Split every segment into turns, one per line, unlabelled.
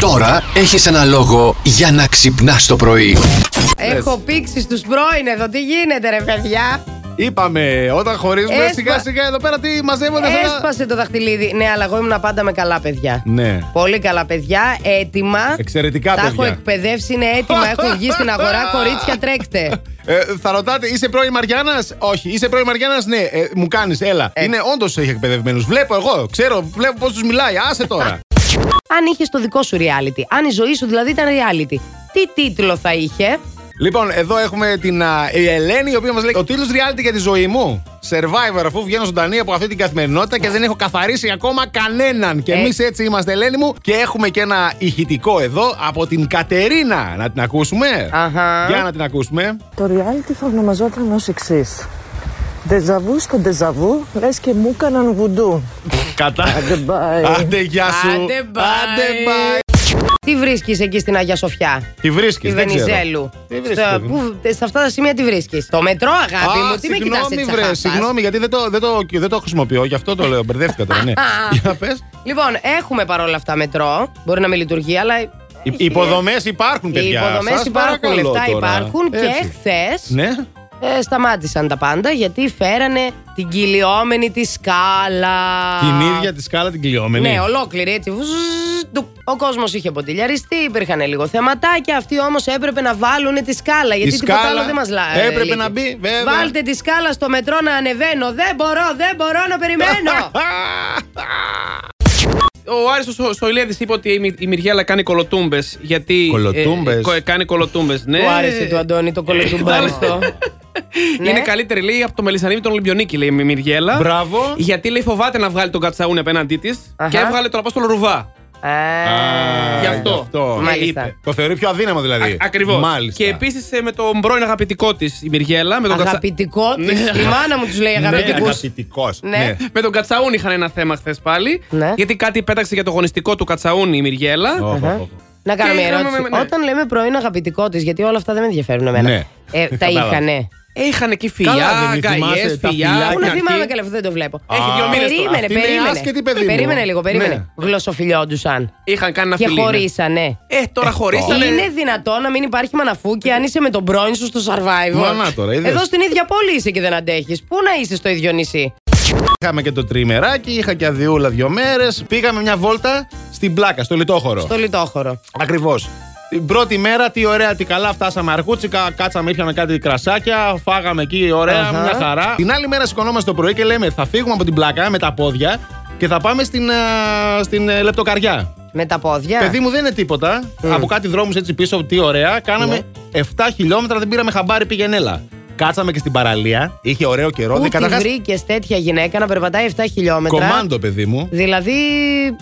Τώρα έχεις ένα λόγο για να ξυπνάς το πρωί.
Έχω πήξει στους πρώην εδώ. Τι γίνεται, ρε παιδιά.
Είπαμε, όταν χωρίζουμε
Έσπα-
σιγά σιγά εδώ πέρα τι μαζεύονται αυτά.
Έσπασε το δαχτυλίδι. Ναι, αλλά εγώ ήμουν πάντα με καλά παιδιά.
Ναι.
Πολύ καλά παιδιά. Έτοιμα.
Εξαιρετικά
Τα έχω
παιδιά.
εκπαιδεύσει, είναι έτοιμα. Έχουν βγει στην αγορά. Κορίτσια, τρέξτε.
Ε, θα ρωτάτε, είσαι πρώην Μαριάννας. Όχι, είσαι πρώην Μαριάννας. Ναι, ε, μου κάνεις, έλα.
Ε.
Είναι όντως έχει εκπαιδευμένους. Βλέπω εγώ, ξέρω, βλέπω πώς τους μιλάει. Άσε τώρα.
Αν είχες το δικό σου reality, αν η ζωή σου δηλαδή ήταν reality, τι τίτλο θα είχε.
λοιπόν, εδώ έχουμε την α, η Ελένη, η οποία μας λέει: Ο τίτλος reality για τη ζωή μου. Survivor, αφού βγαίνω ζωντανή από αυτή την καθημερινότητα και δεν έχω καθαρίσει ακόμα κανέναν. Και
Ε.
εμείς έτσι είμαστε, Ελένη μου. Και έχουμε και ένα ηχητικό εδώ από την Κατερίνα. Να την ακούσουμε.
Αχα.
Για να την ακούσουμε.
Το reality θα ονομαζόταν ως εξής. Ντεζαβού στο ντεζαβού, λες και μου έκαναν βουντού.
Κατά.
Goodbye.
Άντε, γεια σου.
Άντε, bye. Τι βρίσκεις εκεί στην Αγία Σοφιά.
Τη βρίσκεις.
Τη Βενιζέλου.
Τι βρίσκεις,
Στα-
παιδί μου?
πού- Σε αυτά τα σημεία τη βρίσκεις. Το μετρό, αγάπη μου, τι με κοιτάς
συγγνώμη,
έτσι
βρε,
αχάπας.
συγγνώμη, γιατί δεν το, δεν, το, δεν το χρησιμοποιώ, γι' αυτό το λέω. Μπερδεύτηκα τώρα, ναι. Για πες.
Λοιπόν, έχουμε παρόλα αυτά μετρό. Μπορεί να μην λειτουργεί, αλλά.
Οι υποδομές υπάρχουν,
Οι
παιδιά.
υποδομές
Σας
υπάρχουν,
παρακαλώ
λεφτά
τώρα.
υπάρχουν και
Έτσι.
χθες
Ναι.
σταμάτησαν τα πάντα γιατί φέρανε την κυλιόμενη τη σκάλα.
Την ίδια τη σκάλα την κλειόμενη.
Ναι, ολόκληρη έτσι. Βουζζ, ντουπ. Ο κόσμος είχε ποντιλιαριστεί, υπήρχαν λίγο θεματάκια. Αυτοί όμως έπρεπε να βάλουν τη σκάλα. Γιατί τίποτα
σκάλα
άλλο δεν μας λέει.
έπρεπε να μπει, βέβαια.
Βάλτε τη σκάλα στο μετρό να ανεβαίνω. Δεν μπορώ, δεν μπορώ να περιμένω.
Ο Άριστο Σοηλέδη είπε ότι η Μυ- η Μυριέλα κάνει κολοτούμπες. Γιατί.
Κολοτούμπες.
ε, κο- κάνει κολοτούμπες, ναι.
Του άρεσε του Αντώνη το κολοτουμπάριστο. Ναι.
Είναι καλύτερη, λέει, από το Μελισανίδη τον Ολυμπιονίκη, λέει η Μυ- Μυριέλα.
Μπράβο.
Γιατί λέει φοβάται να βγάλει τον Κατσαούνι απέναντί της
Αχα.
και έβγαλε τον Απόστολο Ρουβά.
Α,
γι' αυτό.
Μάλιστα.
Ε, Το θεωρεί πιο αδύναμο δηλαδή.
Ακριβώς.
Μάλιστα.
Και επίσης με τον πρώην αγαπητικό της η Μυριέλα. Με τον, Κατσα...
Αγαπητικό της.
Ναι.
Η μάνα μου τους λέει αγαπητικούς.
Αγαπητικός.
Ναι.
Ναι.
με τον Κατσαούνι είχαν ένα θέμα χθες πάλι.
Ναι.
Γιατί κάτι πέταξε για το γονιστικό του Κατσαούνι η Μυριέλα.
Ω, ω, ω.
Να κάνω
Και
μια
είχαμε-
ερώτηση.
ναι.
Όταν λέμε πρώην αγαπητικό της, γιατί όλα αυτά δεν με ενδιαφέρουν εμένα.
Ναι.
Ε, τα
Κατάλαβα.
είχανε.
Ε, είχαν εκεί
Καλά, δεν
φιλιά,
θυμάσαι
αγκαλιέ,
τα
φιλιά.
φιλάκια.
Πού να
κνακί.
θυμάμαι καλά, αφού δεν το βλέπω.
Έχει δύο μήνες
Περίμενε,
Αυτή είναι
περίμενε.
άσχετη παιδί μου.
Περίμενε λίγο, περίμενε.
Ναι.
Γλωσσοφιλιόντουσαν.
Είχαν κάνει ένα
Και
φιλί. ναι.
χωρίσανε.
Ε, τώρα χωρίσανε.
Είναι δυνατό να μην υπάρχει μαναφούκι αν είσαι με τον πρώην σου στο survivor.
Μα να τώρα, είδες.
Εδώ στην ίδια πόλη είσαι και δεν αντέχεις. Πού να είσαι στο ίδιο νησί.
Είχαμε και το τριμεράκι, είχα και αδιούλα δύο μέρες. Πήγαμε μια βόλτα στην πλάκα, στο λιτόχωρο.
Στο λιτόχωρο.
Ακριβώς. Την πρώτη μέρα, τι ωραία, τι καλά, φτάσαμε αρκούτσικα, κάτσαμε, ήπιαμε κάτι κρασάκια, φάγαμε εκεί, ωραία,
Αχα.
μια χαρά. Την άλλη μέρα σηκωνόμαστε το πρωί και λέμε, θα φύγουμε από την πλάκα ε, με τα πόδια και θα πάμε στην, α, στην ε, λεπτοκαριά.
Με τα πόδια.
Παιδί μου δεν είναι τίποτα. Από κάτι δρόμους έτσι πίσω, τι ωραία. Κάναμε 7 χιλιόμετρα, δεν πήραμε χαμπάρι, πήγαινε έλα. Κάτσαμε και στην παραλία, είχε ωραίο καιρό.
Πού
δεν
τη
καταρχάς-
βρήκες τέτοια γυναίκα να περπατάει 7 χιλιόμετρα.
Κομάντο, παιδί μου.
Δηλαδή,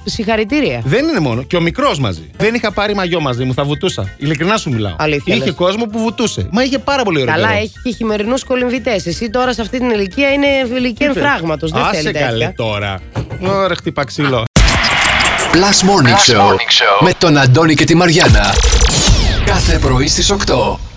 συγχαρητήρια.
Δεν είναι μόνο. Και ο μικρός μαζί. Δεν είχα πάρει μαγιό μαζί μου, θα βουτούσα. Ειλικρινά σου μιλάω.
Αλήθεια
Είχε
λες.
κόσμο που βουτούσε. Μα είχε πάρα πολύ ωραίο.
Καλά,
καιρό.
έχει και χειμερινούς κολυμβητές. Εσύ τώρα σε αυτή την ηλικία είναι ηλικία εμφράγματος. Δεν
Άσε
θέλει τέτοια.
καλέ τώρα. Ωραία, χτύπα ξύλο.
Plus Morning, Show, με τον Αντώνη και τη Μαριάνα. Κάθε πρωί στις 8.